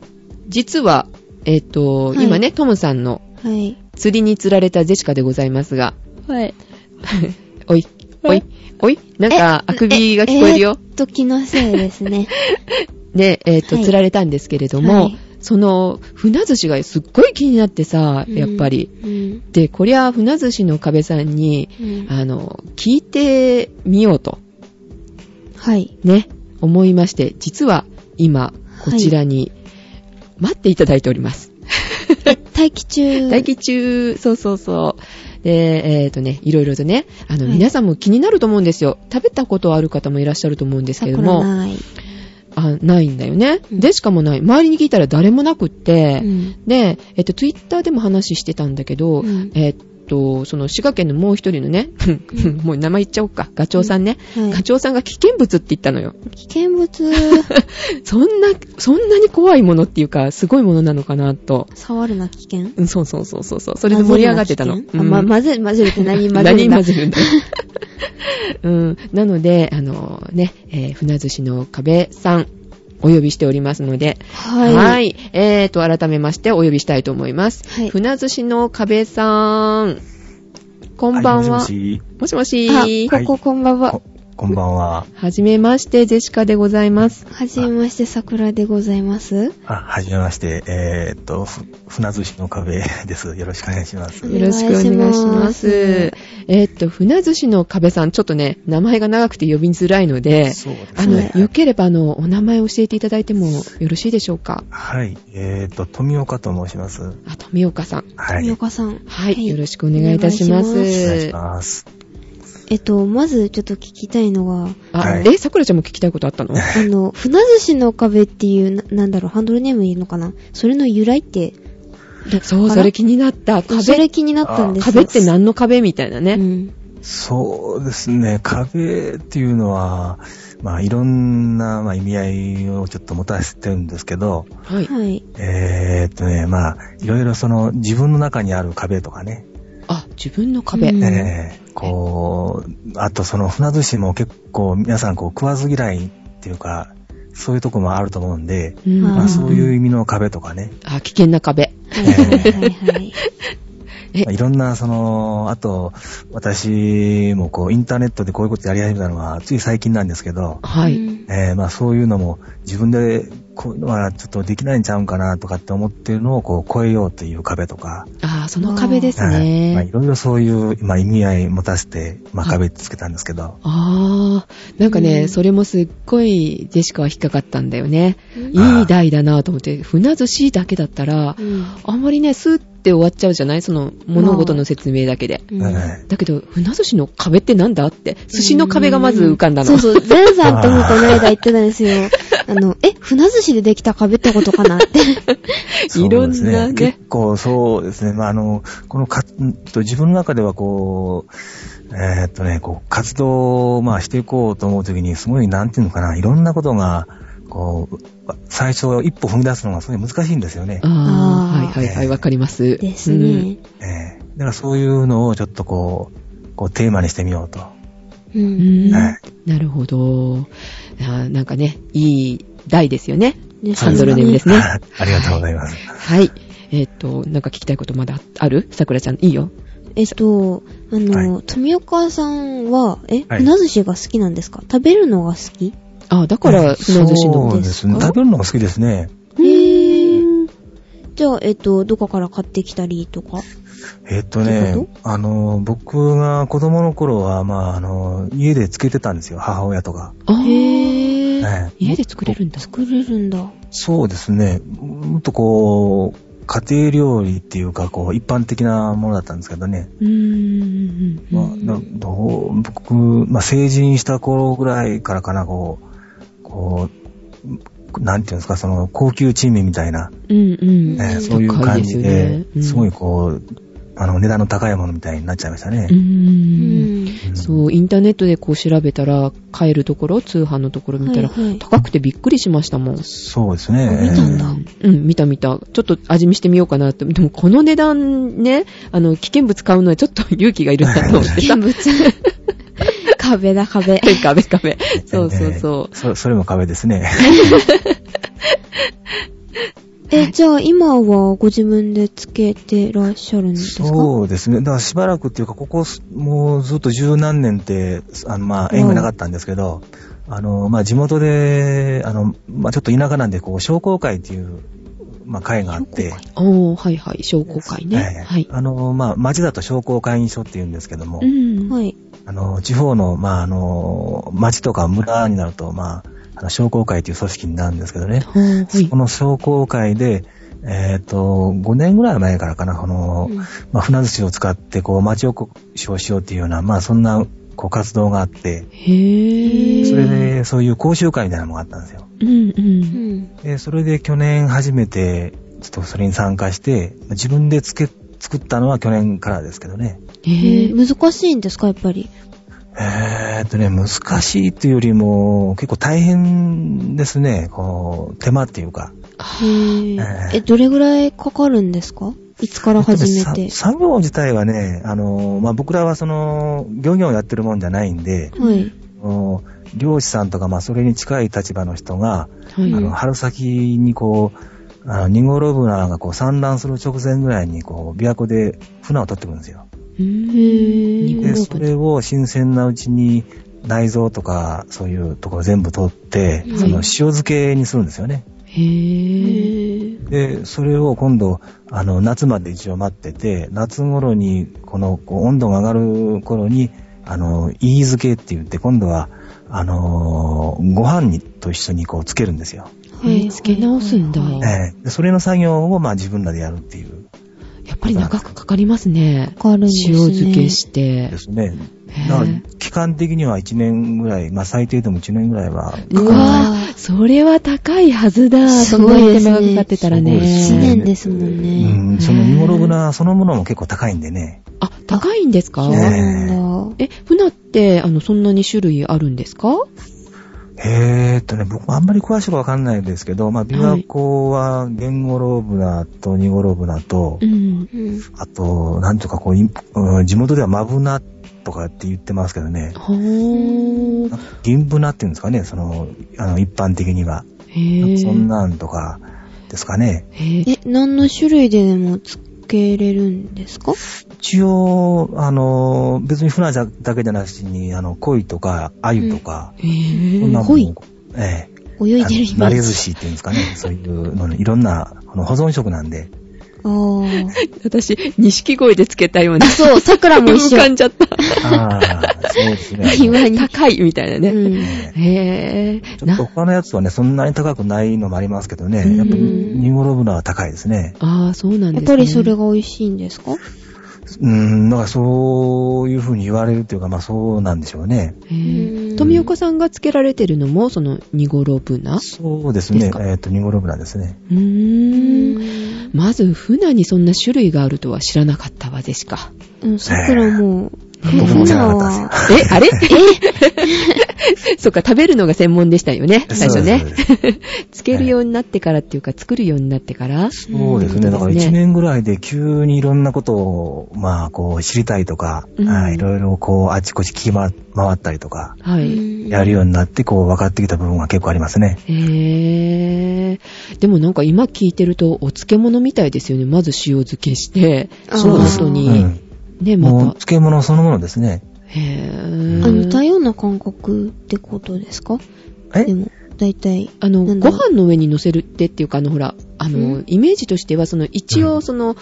A: 実は、えっと、
B: はい
A: 今ね、トムさんの
B: はい。
A: 釣りに釣られたジェシカでございますが、
B: はい。
A: おい、おい、おい、なんか、あくびが聞こえるよ。
B: えーっと、気のせいですね。
A: で、えっと、
B: はい
A: 釣られたんですけれども、
B: はい
A: その、船寿司がすっごい気になってさ、 やっぱり。
B: うん。
A: で、こりゃ、船寿司の壁さんに、
B: うん。
A: あの、聞いてみようと、
B: はい。
A: ね、思いまして、実は今、こちらに待っていただいております。
B: 待機中。
A: 待機中、そうそうそう。で、えっ、とね、いろいろとね、あの、
B: はい
A: 皆さんも気になると思うんですよ。食べたことある方もいらっしゃると思うんですけ
B: 桜
A: ども、
B: ない。
A: あないんだよね。
B: うん
A: でしかもない。周りに聞いたら誰もなくって、
B: うん。
A: で、えっと、ツイッターでも話してたんだけど、
B: うん
A: えっと、その滋賀県のもう一人のね、 もう名前言っちゃおうか、ガチョウさんね。
B: はい
A: ガチョウさんが危険物って言ったのよ。
B: 危険 物、
A: そんな、そんなに怖いものっていうか、すごいものなのかなと。
B: 触るな危険。
A: うんそうそうそうそうそう。それで盛り上がってたの。
B: 混ぜるな危険あ、ま、混ぜる、混ぜるって何混ぜる
A: 何
B: んだ
A: 混ぜるんだ。 うん。なので、あのね、えー船寿司の壁さん、お呼びしておりますので、
B: はい。
A: えーと、改めましてお呼びしたいと思います。
B: はい
A: 船寿司の壁さん。こんばんは。
C: いもしもし
A: もしもし。
B: あ
A: は、
B: こここんばんは
C: こ。こんばんは。
A: じめまして、ジェシカでございます。
B: はじめまして、桜でございます。
C: あ、はじめまして。えーっと、ふ船寿司の壁です。よろしくお願いします。
B: お
A: よ
B: 願
A: ろ
B: い
A: し
B: し
A: く
B: ます
A: お願いします。えーっと、船寿司の壁さん、ちょっとね、名前が長くて呼びづらいので、
C: そうですね。
A: あの、
C: はい
A: よければ、あの、お名前教えていただいてもよろしいでしょうか。
C: はい。えーっと、富岡と申します。
A: あ、富岡さん。
C: はい。
B: み
C: お
B: 岡さん。
A: はい、よろしくお願いいたしま
B: お願い
C: 願いし
A: す。
C: ます。
B: えっと、まずちょっと聞きたいのが、
A: あ、
C: はい
A: え、桜ちゃんも聞きたいことあったの
B: あの、船寿司の壁っていう、ななんだろう、ハンドルネームいるのかなそれの由来って、
A: そう、
B: あら
A: それ気になった。
B: そ
A: 壁
B: れ、気になったんです
A: 壁って何の壁みたいな
B: う
A: ね。
B: ん。
C: そうですね。壁っていうのは、まあ、いろんな、まあ、意味合いをちょっと持たせてるんですけど、
A: はい。
B: はい。
C: えーっとね、まあ、いろいろその、自分の中にある壁とかね、
A: あ、自分の壁。
B: うん
C: ええこう、あとその船寿司も結構皆さんこう食わず嫌いっていうか、そういうとこもあると思うんで、
A: うん
C: ま
B: あー
C: あそういう
A: う。
C: 意味の壁とかね、
A: あ、危険な壁。
B: はいはいはい。
A: え
C: まあいろんなその、あと私もこうインターネットでこういうことやり始めたのはつい最近なんですけど、
A: は
B: う
A: い。
B: ん
C: ええまあそういうのも自分でこういうのはちょっとできないんちゃうんかなとかって思ってるのをこう超えようという壁とか、
A: あー、その壁です
C: はいまあい
A: ね。
C: ろいろそういう、まあ、意味合い持たせて、まあ壁つけたんですけど、
A: あー、なんか
B: う
A: ね、
B: ん
A: それもすっごいジェシカは引っかかったんだよね。
B: うん
A: いい台だなと思って、船寿司だけだったら、
B: うん
A: あんまりね、スーって終わっちゃうじゃないその物事の説明だけで。
B: うん
C: ええ
A: だけど、船寿司の壁ってなんだって、寿司の壁がまず浮かんだの。
B: そうそう、ゼンさんともこの間言ってたんですよ。あの、え、船寿司でできた壁ってことかなって。
A: いろんなね
C: そうです結構そうですね。まあ、あの、このか、んと自分の中ではこう、えーっとね、こう、活動を、まあ、していこうと思うときに、すごい、なんていうのかな、いろんなことが、こう、最初一歩踏み出すのがすごい難しいんですよね。
A: ああ、
B: あー
A: はいはいはい、わかります。
B: です
A: うん
B: ね。
C: ええだからそういうのをちょっとこう、こう、テーマにしてみようと。
B: う
A: うん
B: ん。
C: はい
A: なるほど。あーなんかね、いい台ですよね。
B: です
A: ハンドルネームですね。
C: ありがとうございます。
A: はい。えっ、と、なんか聞きたいことまだあるさくらちゃん、いいよ。
B: えっと、あの、
C: は
B: 富岡さんは、え、
C: はい
B: 船寿司が好きなんですか食べるのが好き
A: あーだから、船寿司
C: そ
A: の。
C: うですね。食べるのが好きですね。
B: へぇじゃあ、えっと、どこから買ってきたりとか
C: えっと
B: って
C: ね
B: こ、
C: あの、僕が子供の頃は、まあ、あの、家でつけてたんですよ、母親とか。
A: あー
B: へぇ
C: ええ
A: 家で作れるんだ。
B: 作れるんだ。
C: そうですね。もっとこう、家庭料理っていうか、こう、一般的なものだったんですけどね。
A: うーん。
C: まあ、などう僕、まあ、成人した頃ぐらいからかな、こう、こう、なんていうんですか、その、高級珍味みたいな、
A: うんうん。
C: えーそういう感じ
A: 高い
C: で、
A: すよね
C: すごいこう、あの、値段の高いものみたいになっちゃいましたね。
A: うん。う
B: うんん。
C: うん
A: そう、インターネットでこう調べたら、買えるところ、通販のところ見たら、
B: はいはい
A: 高くてびっくりしましたもん。
C: そうです
B: 見
C: ね。
B: たんだ
A: うん、見た見た。ちょっと味見してみようかなって。でもこの値段ね、あの、危険物買うのはちょっと勇気がいるんだと思って
B: 見
A: さ。
B: 物。 壁だ、壁。
A: 壁壁。
C: え ー
A: そうそうそ
C: えーそそれも壁ですね。
B: え、じゃあ今はご自分でつけてらっしゃるんですか
C: そうですね。だからしばらくっていうか、ここす、もうずっと十何年って、あの、まあ、縁がなかったんですけど、あの、まあ、地元で、あの、まあ、ちょっと田舎なんで、こう、商工会っていう、まあ、会があって、
A: う。おー、はいはい。商工会ね。
C: ええ
A: はい。
C: あの、まあ、町だと商工会議所って言うんですけども、
A: うん。い。
B: はい。
C: あの、地方の、まあ、あの、町とか村になると、まあ、あの商工会という組織になるんですけどね、
A: はい。
C: この商工会で、えっ、と、5年ぐらい前からかな、この、まあ、船寿司を使って、こう、町おこしをしようっていうような、まあ、そんな、こう、活動があって、
A: へー。
C: それで、そういう講習会みたいなのもあったんですよ。
A: うんう。
B: うんん。
C: で、それで去年初めて、ちょっとそれに参加して、自分でつけ、作ったのは去年からですけどね。
A: へ
B: へ
A: ー。
B: ぇ、難しいんですか、やっぱり。
C: えーっとね、難しいっていうよりも、結構大変ですね。こう、手間っていうか。
B: へぇ
C: え
B: え、どれぐらいかかるんですかいつから始め
C: えっとね
B: て。
C: さ作業自体はね、あの、まあ、僕らはその、漁業をやってるもんじゃないんで、
B: はい。
C: あの漁師さんとか、まあ、それに近い立場の人が、
A: は
C: あ
A: い。
C: の、春先にこう、あの、ニゴロブナがこう産卵する直前ぐらいにこう、琵琶湖で船を取ってくるんですよ。
A: へ
B: ーニゴロ
C: で、それを新鮮なうちに内臓とかそういうところ全部取って、
A: はい
C: その塩漬けにするんですよね。
A: へー。
B: ぇ
C: で、それを今度、あの、夏まで一応待ってて、夏頃に、この、こう温度が上がる頃に、あの、いい漬けって言って、今度は、あのーご飯にと一緒にこう、つけるんですよ。
A: えーつけ直すんだ
B: は
A: は
B: い
A: い
C: ええでそれの作業を、まあ自分らでやるっていう
A: やっぱり長くかかりますね。
B: かかるんですね
A: 塩漬けして
C: で。すね。
A: へ
C: だから
A: ー、
C: 期間的には1年ぐらい、まあ最低でも1年ぐらいはかか
A: う
C: る。
A: わぁ、それは高いはずだ。
B: す
A: そん
B: ご
A: ないに
B: で
A: 手
B: すね
A: 間がかかってたら
C: すごいです
B: 1
C: ね
A: ね。
B: 年ですもん
C: う
B: ね。
C: ん、そのニゴロブナそのものも結構高いんでね。
A: あ、高いんですか
B: そうなんだ。
A: え、船って、あの、そんなに種類あるんですか
C: えーっとね、僕もあんまり詳しくわかんないですけど、まあ、琵琶湖はゲンゴロブナとニゴロブナと、
A: ん。
B: うん
C: あと、なんとかこうイン、うん地元ではマブナとかって言ってますけどね、
A: はー。
C: 銀ブナっていうんですかね、その、あの、一般的には。
A: へぇ
C: そん。なんとかですかね。
A: へぇ
B: え、何の種類ででもつけれるんですか
C: 一応、あの、別に船だけじゃなしに、あの、鯉とか、鮎とか、
A: へぇ
C: こんなもん
B: 鯉
C: ええ。
B: 泳いでるイメー
C: あの慣れ
B: ジ。
C: 寿司っていうんですかね。そういうのに、いろんな、あの保存食なんで。
B: あー
A: 私、錦鯉でつけたような
B: あ。。そう、桜も一
A: 浮か
B: 緒。
A: んじゃ った。
C: ああ、そうですね。
B: 今に。
A: 高いみたいな
B: う
A: ね。
B: ん。
C: ええ
A: へぇ
C: ちょっ
A: な
C: と、他のやつはね、そんなに高くないのもありますけど
A: うん
C: ね。やっぱ、ニゴロブナは高いですね。
A: あー、そうなんですね
B: やっぱりそれ。が美味しいんですか
C: うん、なんかそういう風に言われるというか、まあそうなんでしょうね。
A: へー
B: うん
A: 富岡さんがつけられてるのも、その、ニゴロブナう
C: そうです
A: です
C: ね。
A: か
C: えっと、ニゴロブナですね。
A: ーん。
B: う
A: まず、船にそんな種類があるとは知らなかったわ、でしか。
B: ん、桜も。
C: 僕も知らなかったんですよ。
A: え、 あれえ そっか、食べるのが専門でしたよね、最初
C: そう
A: ね
C: で。す。そうです
A: つけるようになってからっていうか、作るようになってから。
C: そうですね。だから
A: です
C: 1
A: ね
C: 年ぐらいで急にいろんなことを、まあ、こう、知りたいとか、
A: うん
C: はい、いろいろこう、あちこち聞き回回ったりとか、
A: は
B: う
A: い。
B: ん
C: やるようになって、こう、分かってきた部分が結構ありますね。
A: へー。でもなんか今聞いてると、お漬物みたいですよね。まず塩漬けして、
B: あー
A: その後
C: う
A: に、
C: ん。
A: ね、
C: もう、
A: また。
C: 漬物そのものですね。
A: へ
B: あの、
A: ー。
B: 多様な感覚ってことですか
C: え
B: でも、大体。
A: あの、
B: なん
A: ご
B: だ
A: 飯の上に乗せるってっていうか、あの、ほら、あの、イメージとしては、その、一応、その、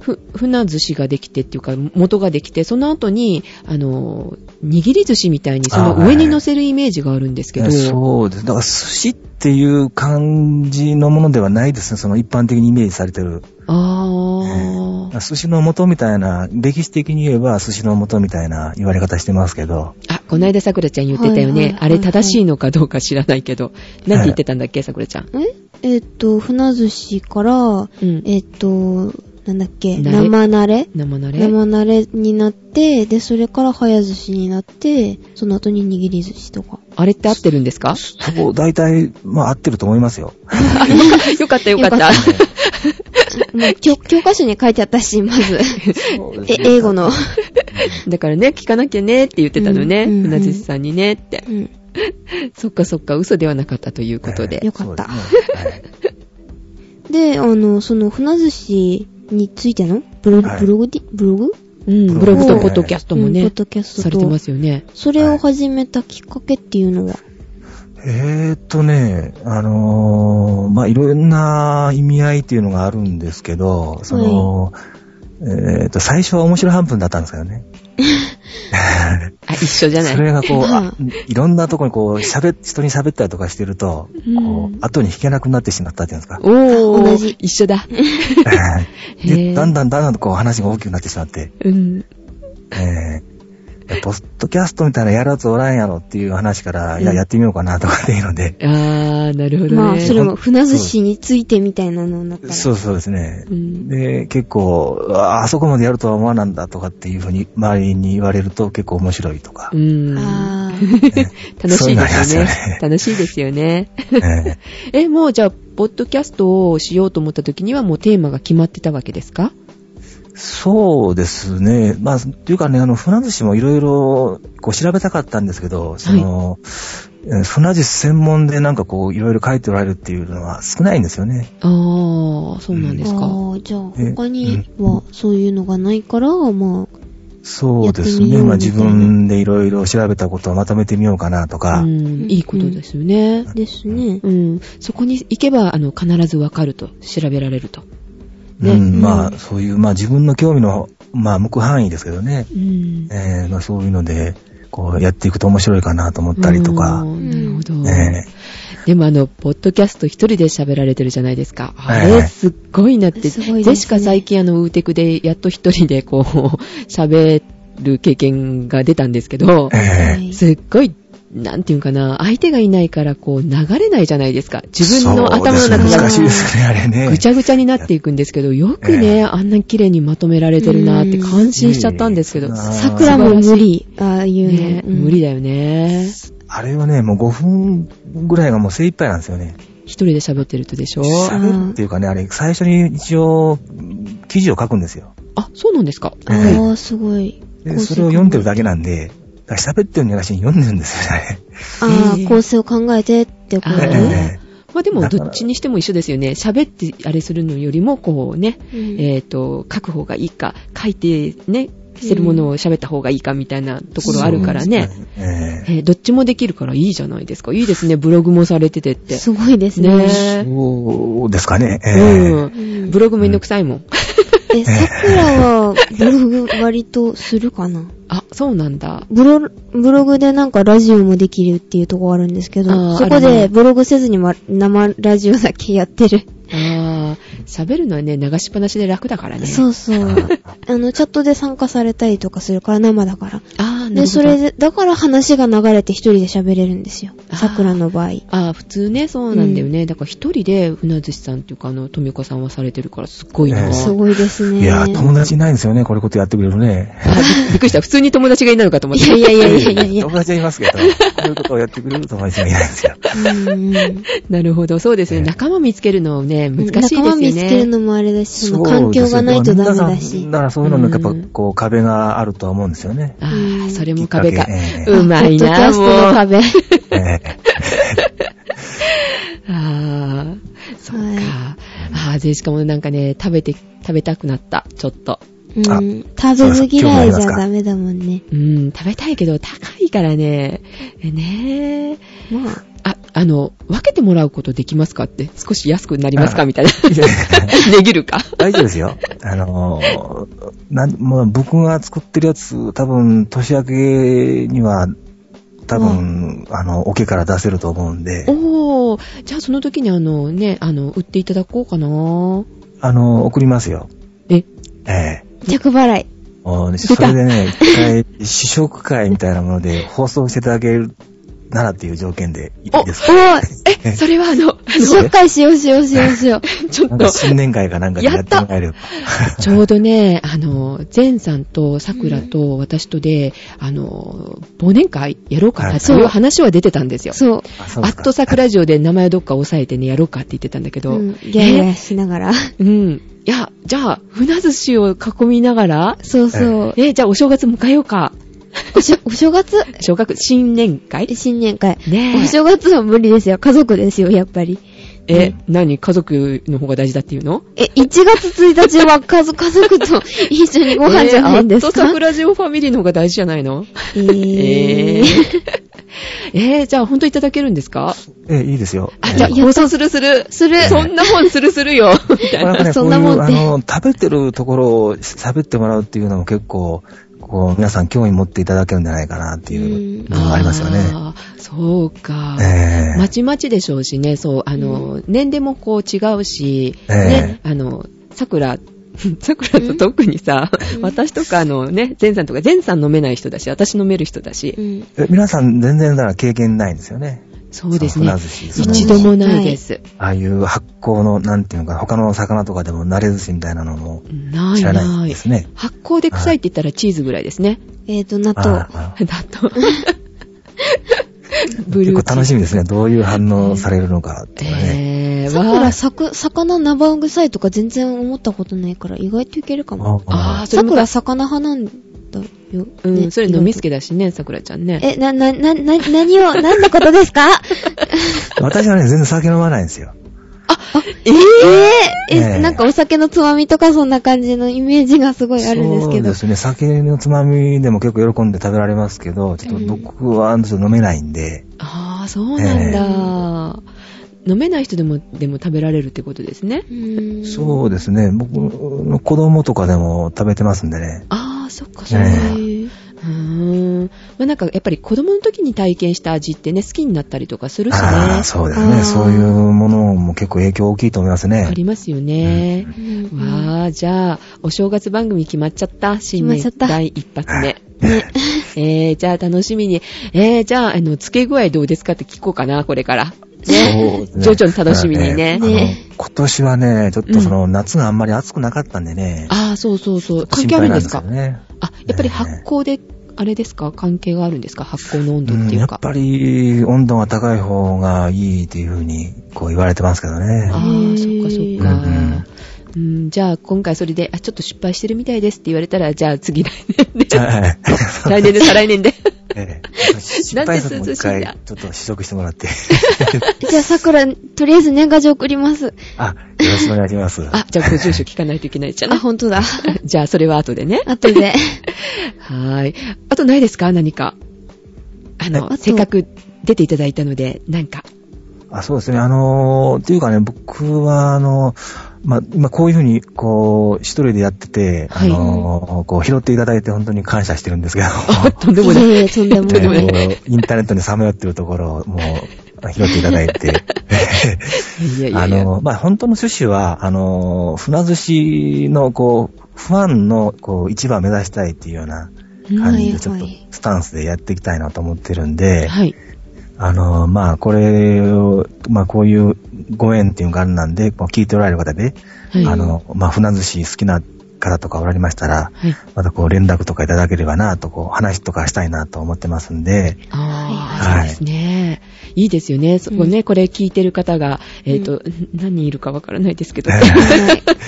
A: ふ、船寿司ができてっていうか、元ができて、その後に、あの、握り寿司みたいにその上に乗せるイメージがあるんですけど、
C: そうです。だから寿司っていう感じのものではないですね。その一般的にイメージされてる。
A: あー、
C: 寿司の元みたいな、歴史的に言えば寿司の元みたいな言われ方してますけど。
A: あ、こないださくらちゃん言ってたよね、
B: はいはいはいはい
A: あれ正しいのかどうか知らないけど、なんて言ってたんだっけ、さくらちゃん。
B: ええっと、船寿司から、
A: うん。
B: えっと、なんだっけ、
A: 慣れ
B: 生慣れ
A: 生慣れ
B: 生慣れになって、で、それから早寿司になって、その後に握り寿司と か。
A: あれって合ってるんですか
C: そう、大体、まあ合ってると思いますよ。
A: よかったよかった。
B: よかっもう教教科書に書いてあったし、ま ず。え、英語の。
A: だからね、聞かなきゃねって言ってたのね、
B: うんうんうん
A: 船寿司さんにねって
B: う。ん。
A: そっかそっか、嘘ではなかったということで。
B: よかった
C: そうですねはい
B: で、あの、その、船寿司についてのブログ、
C: はい
B: ブログでブログ
A: うん、ブログとポッドキャストも
B: うんポ
A: ね
B: ッ、ドキャストと。
A: されてますよね。
B: それを始めたきっかけっていうのは、
C: えーっとね、あのーまあ、いろんな意味合いっていうのがあるんですけど、その、えーっと、最初は面白半分だったんですけどね。
A: あ、一緒じゃない。
C: それがこう、あ
B: う
C: いろんなとこにこう、喋っ、人に喋ったりとかしてると、こ
B: うん
C: う、後に引けなくなってしまったっていうんで すか。
A: おー、
B: 同じ
A: 一緒だ。へー
C: で、だんだんだんだんこう話が大きくなってしまって、
A: うん。
C: えーいやポッドキャストみたいなやるやつおらんやろっていう話から、いうや、
A: ん
C: やってみようかなとかっていうので、
A: あー、なるほどね。
B: まあ、それも、船寿司についてみたいなのになったら。
C: そうそうですね
A: う。ん。
C: で、結構、ああそこまでやるとは思わなんだとかっていうふうに周りに言われると結構面白いと か
A: う。ん。
B: あ
A: 楽
B: ー
A: し
C: ねそうい
A: いう
C: の
A: で
C: ありますす
A: よ
C: よ
A: ね
C: ね。
A: 楽しいですよね。
C: ええ
A: え、もうじゃあ、ポッドキャストをしようと思った時にはもうテーマが決まってたわけですか
C: そうですね。まあ、というかね、あの、船寿司もいろいろこう調べたかったんですけど、その、えー船寿司専門でなんかこう、いろいろ書いておられるっていうのは少ないんですよね。
A: あー、そうなんです
B: あ
A: か。
B: ーじゃあ、他にはそういうのがないから、まあ、
C: そうです
B: やってみよ
C: ね。
B: う
C: まあ
B: みたい
C: 自
B: な
C: 分でいろいろ調べたことをまとめてみようかなとか。
A: うん、いいことですよね。
B: ですね。
A: うん。そこに行けば、あの、必ずわかると、調べられると。ね
C: うん、まあ、そういう、まあ自分の興味の、まあ、向く範囲ですけどね。
A: うん。
C: えーまあそういうので、こうやっていくと面白いかなと思ったりと
A: う
C: か。
A: んなるほど。
C: え
A: でもあの、ポッドキャスト一人で喋られてるじゃないですか。あ
C: は
A: れ、
C: い
A: すっごいなって。
B: すごいですね
A: ジェシカ最近あの、ウーテクでやっと一人でこう、 喋る経験が出たんですけど
C: ー、えー
A: すっごい、なんていうんかな、相手がいないからこう、流れないじゃないですか。自分の頭の
C: そうですね
A: 中
C: 難しい
A: が。
C: ですね、あれね。
A: ぐちゃぐちゃになっていくんですけど、よくね、あんなに綺麗にまとめられてるなって感心しちゃったんですけど、
C: うん
B: 桜も無理、ああいうの。
A: ね、
B: うん
A: 無理だよね。
C: あれはね、もう5分ぐらいがもう精一杯なんですよね。
A: 一人で喋ってるとでしょ
C: 喋るっていうかね、あれ、最初に一応、記事を書くんですよ。
A: あ、そうなんですか。
B: ああ、すごい。
C: で、それを読んでるだけなんで、だから喋ってるんじゃなしに読んでるんですよね。
B: あ
A: ええ
B: あ、構成を考えてってこと
A: あー
C: え
A: まあでも、どっちにしても一緒ですよね。喋ってあれするのよりも、こうね、
B: うん
A: えっ、と、書く方がいいか、書いてね、してるものを喋った方がいいかみたいなところあるからね。
C: ええ
A: えーどっちもできるからいいじゃないですか。いいですね、ブログもされててって。
B: すごいですね。
A: ね
C: えそうですかね。え
A: う
C: え
A: ん。ブログめんどくさいもん。
B: え、桜はブログ割とするかな
A: あ、そうなんだ。
B: ブロ、ブログでなんかラジオもできるっていうとこあるんですけ
A: あー
B: ど、そ
A: あ
B: こ
A: るね
B: でブログせずにま生ラジオだけやってる。
A: あー喋るのはね、流しっぱなしで楽だからね。
B: そうそう。 あの、チャットで参加されたりとかするから、生だから。
A: あーなるほど。
B: で、それで、だから話が流れて一人で喋れるんですよ
A: あ。ー
B: 桜の場合。
A: ああ、普通ね、そうなんだよね。だから一人で船寿司さんっていうか、あの、富子さんはされてるから、すっごいな。
C: ええ
B: すごいですね。
C: いや、友達いないんですよね、これことやってくれるね。
A: あびびっくりした。普通に友達がいないのかと思っ
B: い
A: て。
B: やいやいやいやいや いや。
C: 友達はいますけど、こういうことをやってくれる友達はいないんですよ。
B: うんうん
A: なるほど。そうですね。
C: ええ
A: 仲間見つけるのね、難しいですよ
B: 仲
A: ね。
B: 間見つけるのもあれだし、その環境がないとダメだ
C: そうです
B: し
C: よだから皆さん。だからそういうの
A: うん
C: の、やっぱ、こう、壁があるとは思うんですよね。
A: あ
B: う
A: あ、
B: ん
A: それも壁か
C: きっかけえ。え
A: うまい
B: ポッドキ
A: な、
B: ャス
A: もう。
B: トの
A: あ
B: 壁。
C: ええ
A: あ、そっか。
B: はい
A: ああ、ジェシカもなんかね、食べて、食べたくなった。ちょっと。
C: あ
B: うん食べず嫌いじゃダメだもんね。
A: うん、食べたいけど、高いからね。えねえ。
B: まあ、
A: あ、あの、分けてもらうことできますかって、少し安くなりますかみたいな。 値切るか。
C: 大丈夫で すよ。あのー、なん、もう僕が作ってるやつ、多分、年明けには、多分、あの、桶から出せると思うんで、
A: おー、じゃあその時にあのね、あの、売っていただこうかな
C: あの、送りますよ。
A: え、
C: ええ
B: 着払い。
C: もうね
A: 出た
C: それでね、一回、試食会みたいなもので放送していただけるならっていう条件でいいです
B: お
C: か
B: ー
A: え、それはあの、あ
B: 試
A: の、
B: 食会しようしようしようしよう。
A: ちょ
C: な
A: っ
C: んか
A: と、
C: 新年会かなんかでやってもらえる。
A: ちょうどね、あの、ゼンさんと桜と私とで、あの、忘年会やろうかなっていう話は出てたんですよ。
B: そう。
C: あそう
A: ア
C: です
A: ッ
C: か
A: ト桜ジオで名前をどっか押さえてね、やろうかって言ってたんだけど、
B: うん、ギャーギャーしながら。
A: うん。いや、じゃあ、船寿司を囲みながら、
B: そうそう。
A: え、じゃあお正月迎えようか。
B: おしお正月
A: 正月、新年会
B: 新年会。
A: ねえ
B: お正月は無理ですよ。家族ですよ、やっぱり。
A: え、何家族の方が大事だっていうの
B: え、1月1日は家族、家族 と一緒にご飯じゃないんです
A: えーアッ
B: か
A: ト桜ジオファミリーの方が大事じゃないの
B: え
A: え
B: ー
A: ー、 えーじゃあ本当いただけるんですか
C: ええ、いいですよ。
A: あ、じゃあ、
B: やった
A: 放送するする。
B: する
A: そんなもんするする よ。みたい
C: まあな
A: な。
C: んかね、
B: そん
C: こうい
B: なもん
C: う、
B: で
C: あの、食べてるところを喋ってもらうっていうのも結構、こう、皆さん興味持っていただけるんじゃないかなっていうのがありますよね。
A: あー。そうか。
C: ええ
A: まちまちでしょうしね、そう、あの、年齢もこう違うし、
C: ええ
A: ね、あの、 桜、桜と特にさ、私とかあのね、前さんとか、前さん飲めない人だし、私飲める人だし、
B: うん
C: え皆さん全然だから経験ないんですよね。
A: そうです
C: そ
A: ね
C: の船寿司。その
A: 一度もないです。
C: ああいう発酵の、なんていうのかな、他の魚とかでも慣れ寿司みたいなのも
A: ない
C: 知らな
A: ないい
C: で。すね。
A: 発酵で臭いって言ったらチーズぐらいですね。
B: えっ、と、納豆
C: あ。あああ
A: だと。ブ
C: 結
A: ルーチー
C: 構
A: ズ
C: 楽しみですね。どういう反応されるのかっていうのはね。
A: えー、わ
B: 桜、
A: ー
B: さく、魚生臭いとか全然思ったことないから、意外といけるかも。
A: あー、それも
B: 桜、魚派なんだよ。
A: うん、
B: ね
A: それ飲みすけだしね、桜ちゃんね。
B: え、な、な、な、な、何 を、何のことですか
C: 私はね、全然酒飲まないんですよ。
A: え
B: えー、え、
C: ねえ
B: なんかお酒のつまみとかそんな感じのイメージがすごいあるんですけ
C: そう
B: ど
C: で。すね。酒のつまみでも結構喜んで食べられますけど、ちょっと僕はちょっと飲めないんで、
A: ああ、そうなんだ。飲めない人でも、でも食べられるってことですね。
B: うん
C: そうですね。僕の子供とかでも食べてますんでね。
A: ああ、そっか、そっか。
C: え
A: うーん。まあなんか、やっぱり子供の時に体験した味ってね、好きになったりとかするしね。
C: あ
A: あ
C: あ、そうです
B: あー
C: ね。そういうものも結構影響大きいと思いますね。
A: りますよね。
B: うん
A: わあ、じゃあ、お正月番組決まっちゃった。新年
B: 決まっちゃった
A: 第一発目。えー、じゃあ楽しみに。えー、じゃあ、あの、漬け具合どうですかって聞こうかな、これから。
C: そうですね
A: 徐々に楽しみにね
C: だから
B: ね
C: あの今年はね、ちょっとその、夏があんまり暑くなかったんでね。
A: ああ、そうそうそう。関
C: 心
A: 係ある
C: 配
A: ん
C: な
A: です
C: ん
A: か
C: よね。
A: あ、やっぱり発酵で、あれですか関係があるんですか発酵の温度
C: う
A: っ
C: ん
A: てい
C: や
A: う
C: っ
A: か。
C: ぱり温度が高い方がいいっていうふうにこう言われてますけど
A: ああ、そ
B: へ
C: ね。
A: っかそ
B: ー
A: っか。うん、じゃあ今回それで、あ、ちょっと失敗してるみたいですって言われたら、じゃあ次来年で。
C: はい
A: 来年で、再来年で。
C: ええ失敗作もう一回、
A: なん
C: ちょっと試食してもらって。
B: じゃあ、桜、とりあえず年賀状送ります。
C: あ、よろしくお願いします。
A: あ、じゃあご住所聞かないといけないじゃ
B: あ、
A: な。
B: ほんとだ。
A: じゃあそれは後でね。
B: 後 で。
A: はーい。あとないですか何か。あ
B: あ
A: の、
B: と
A: せっかく出ていただいたので、なんか。
C: あそうですね。あのー、っていうかね、僕は、あのー、まあ、今こういうふうに、こう、一人でやってて、
A: はい
C: あのー、こう、拾っていただいて本当に感謝してるんですけ ど、
A: あ、とんでも
B: い
A: ない。
B: えいえとんでも
A: とんでも
B: な
A: ない
B: い。
C: ねこうインターネットにさまよってるところを、もう、拾っていただいて、
A: いやいや
C: あ
A: いや。
C: のー、まあ、本当の趣旨は、あのー、船寿司の、こう、ファンの、こう、一番目指したいっていうような感じ
B: は
C: で、
B: い
C: ちょっと
B: はい、
C: スタンスでやっていきたいなと思ってるんで、
A: はい。
C: あの、まあ、これを、まあ、こういうご縁っていうのがあるなんで、こう聞いておられる方で、
A: はい。
C: あ、の、まあ、船寿司好きな方とかおられましたら、
A: はい。
C: またこう連絡とかいただければなと、こう話とかしたいなと思ってますんで、
A: ああ、
C: はいはい
A: そうですね。いいですよね。そこね、これ聞いてる方が、えっ、と、何人いるかわからないです けど。
B: はい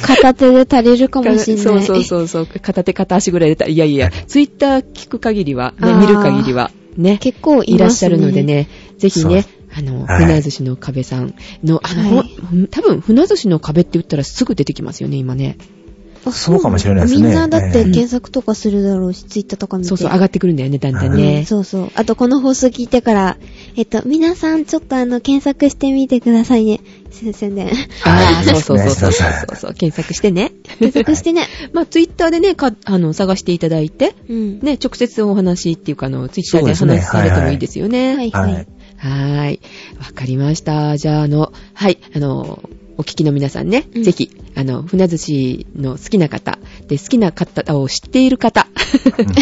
B: 片手で足りるかもしれない。
A: そうそうそうそう。片手片足ぐらいでた。いやいや、ツイッター聞く限りは、ね、
B: あー
A: 見る限りは、ね、
B: 結構い
A: いら
B: ま
A: っ
B: す
A: しゃるので。ね、ぜひね
C: そ、
A: あの、
C: はい
A: 船寿司の壁さんの、あの、
B: はい
A: ほん多分船寿司の壁って打ったらすぐ出てきますよね、今ね。
B: ああ
C: そうかもしれないです
B: み
C: ね
B: んなだって
C: ええ
B: 検索とかするだろうし、ツイッターとか見て。
A: そうそう、上がってくるんだよね、だんだん
B: うん
A: ね。
B: そうそう。あと、この放送聞いてから、えっと、皆さん、ちょっとあの、検索してみてくださいね。宣宣 伝。
A: ああ、
C: は
A: そ
C: いう
A: そうそうそう
C: です
A: そ
C: ね
A: うそうそう、検索してね。
B: 検索してね。
A: まあ、ツイッターでね、か、あの、探していただいて、
B: うん。
A: ね、直接お話っていうか、あの、ツイッターで
C: そうです
A: 話さ
C: ね
A: れてもいいですよね。
B: はい
C: は
B: はいい。
A: はーい。わかりました。じゃあ、あの、はい、あの、お聞きの皆さんね、
B: うん
A: ぜひ、あの、船寿司の好きな方、で、好きな方を知っている方、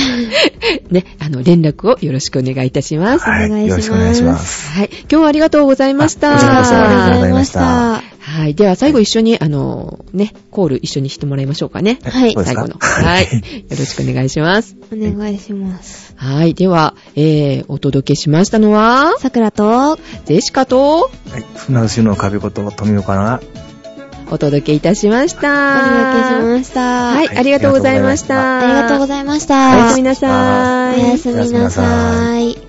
A: ね、あの、連絡をよろしくお願いいたします。
C: は
B: お願いします
C: い。よろしくお願いします。
A: はい。今日はありがとうございました。
C: あこちらこそありがとうございま
A: は
C: す
B: あ
A: い。では、最後一緒に、あの、ね、コール一緒にしてもらいましょうかね。
B: りがとうございました。はい
C: そう。
A: 最
C: ですか
A: 後の。はい。よろしくお願いします。
B: お願いします。
A: はい。では、えー、お届けしましたのは、
B: さくらと、
A: ゼシカと、
C: はい。船寿司の壁こと富岡が、
A: お届けいたしました。
B: お届けしました。
A: はい、ありがとうございまし
C: は
A: た。
B: ありがとうございまし
A: おや
B: た
A: すみ。なさ
B: お
A: い
B: や。すみなさい。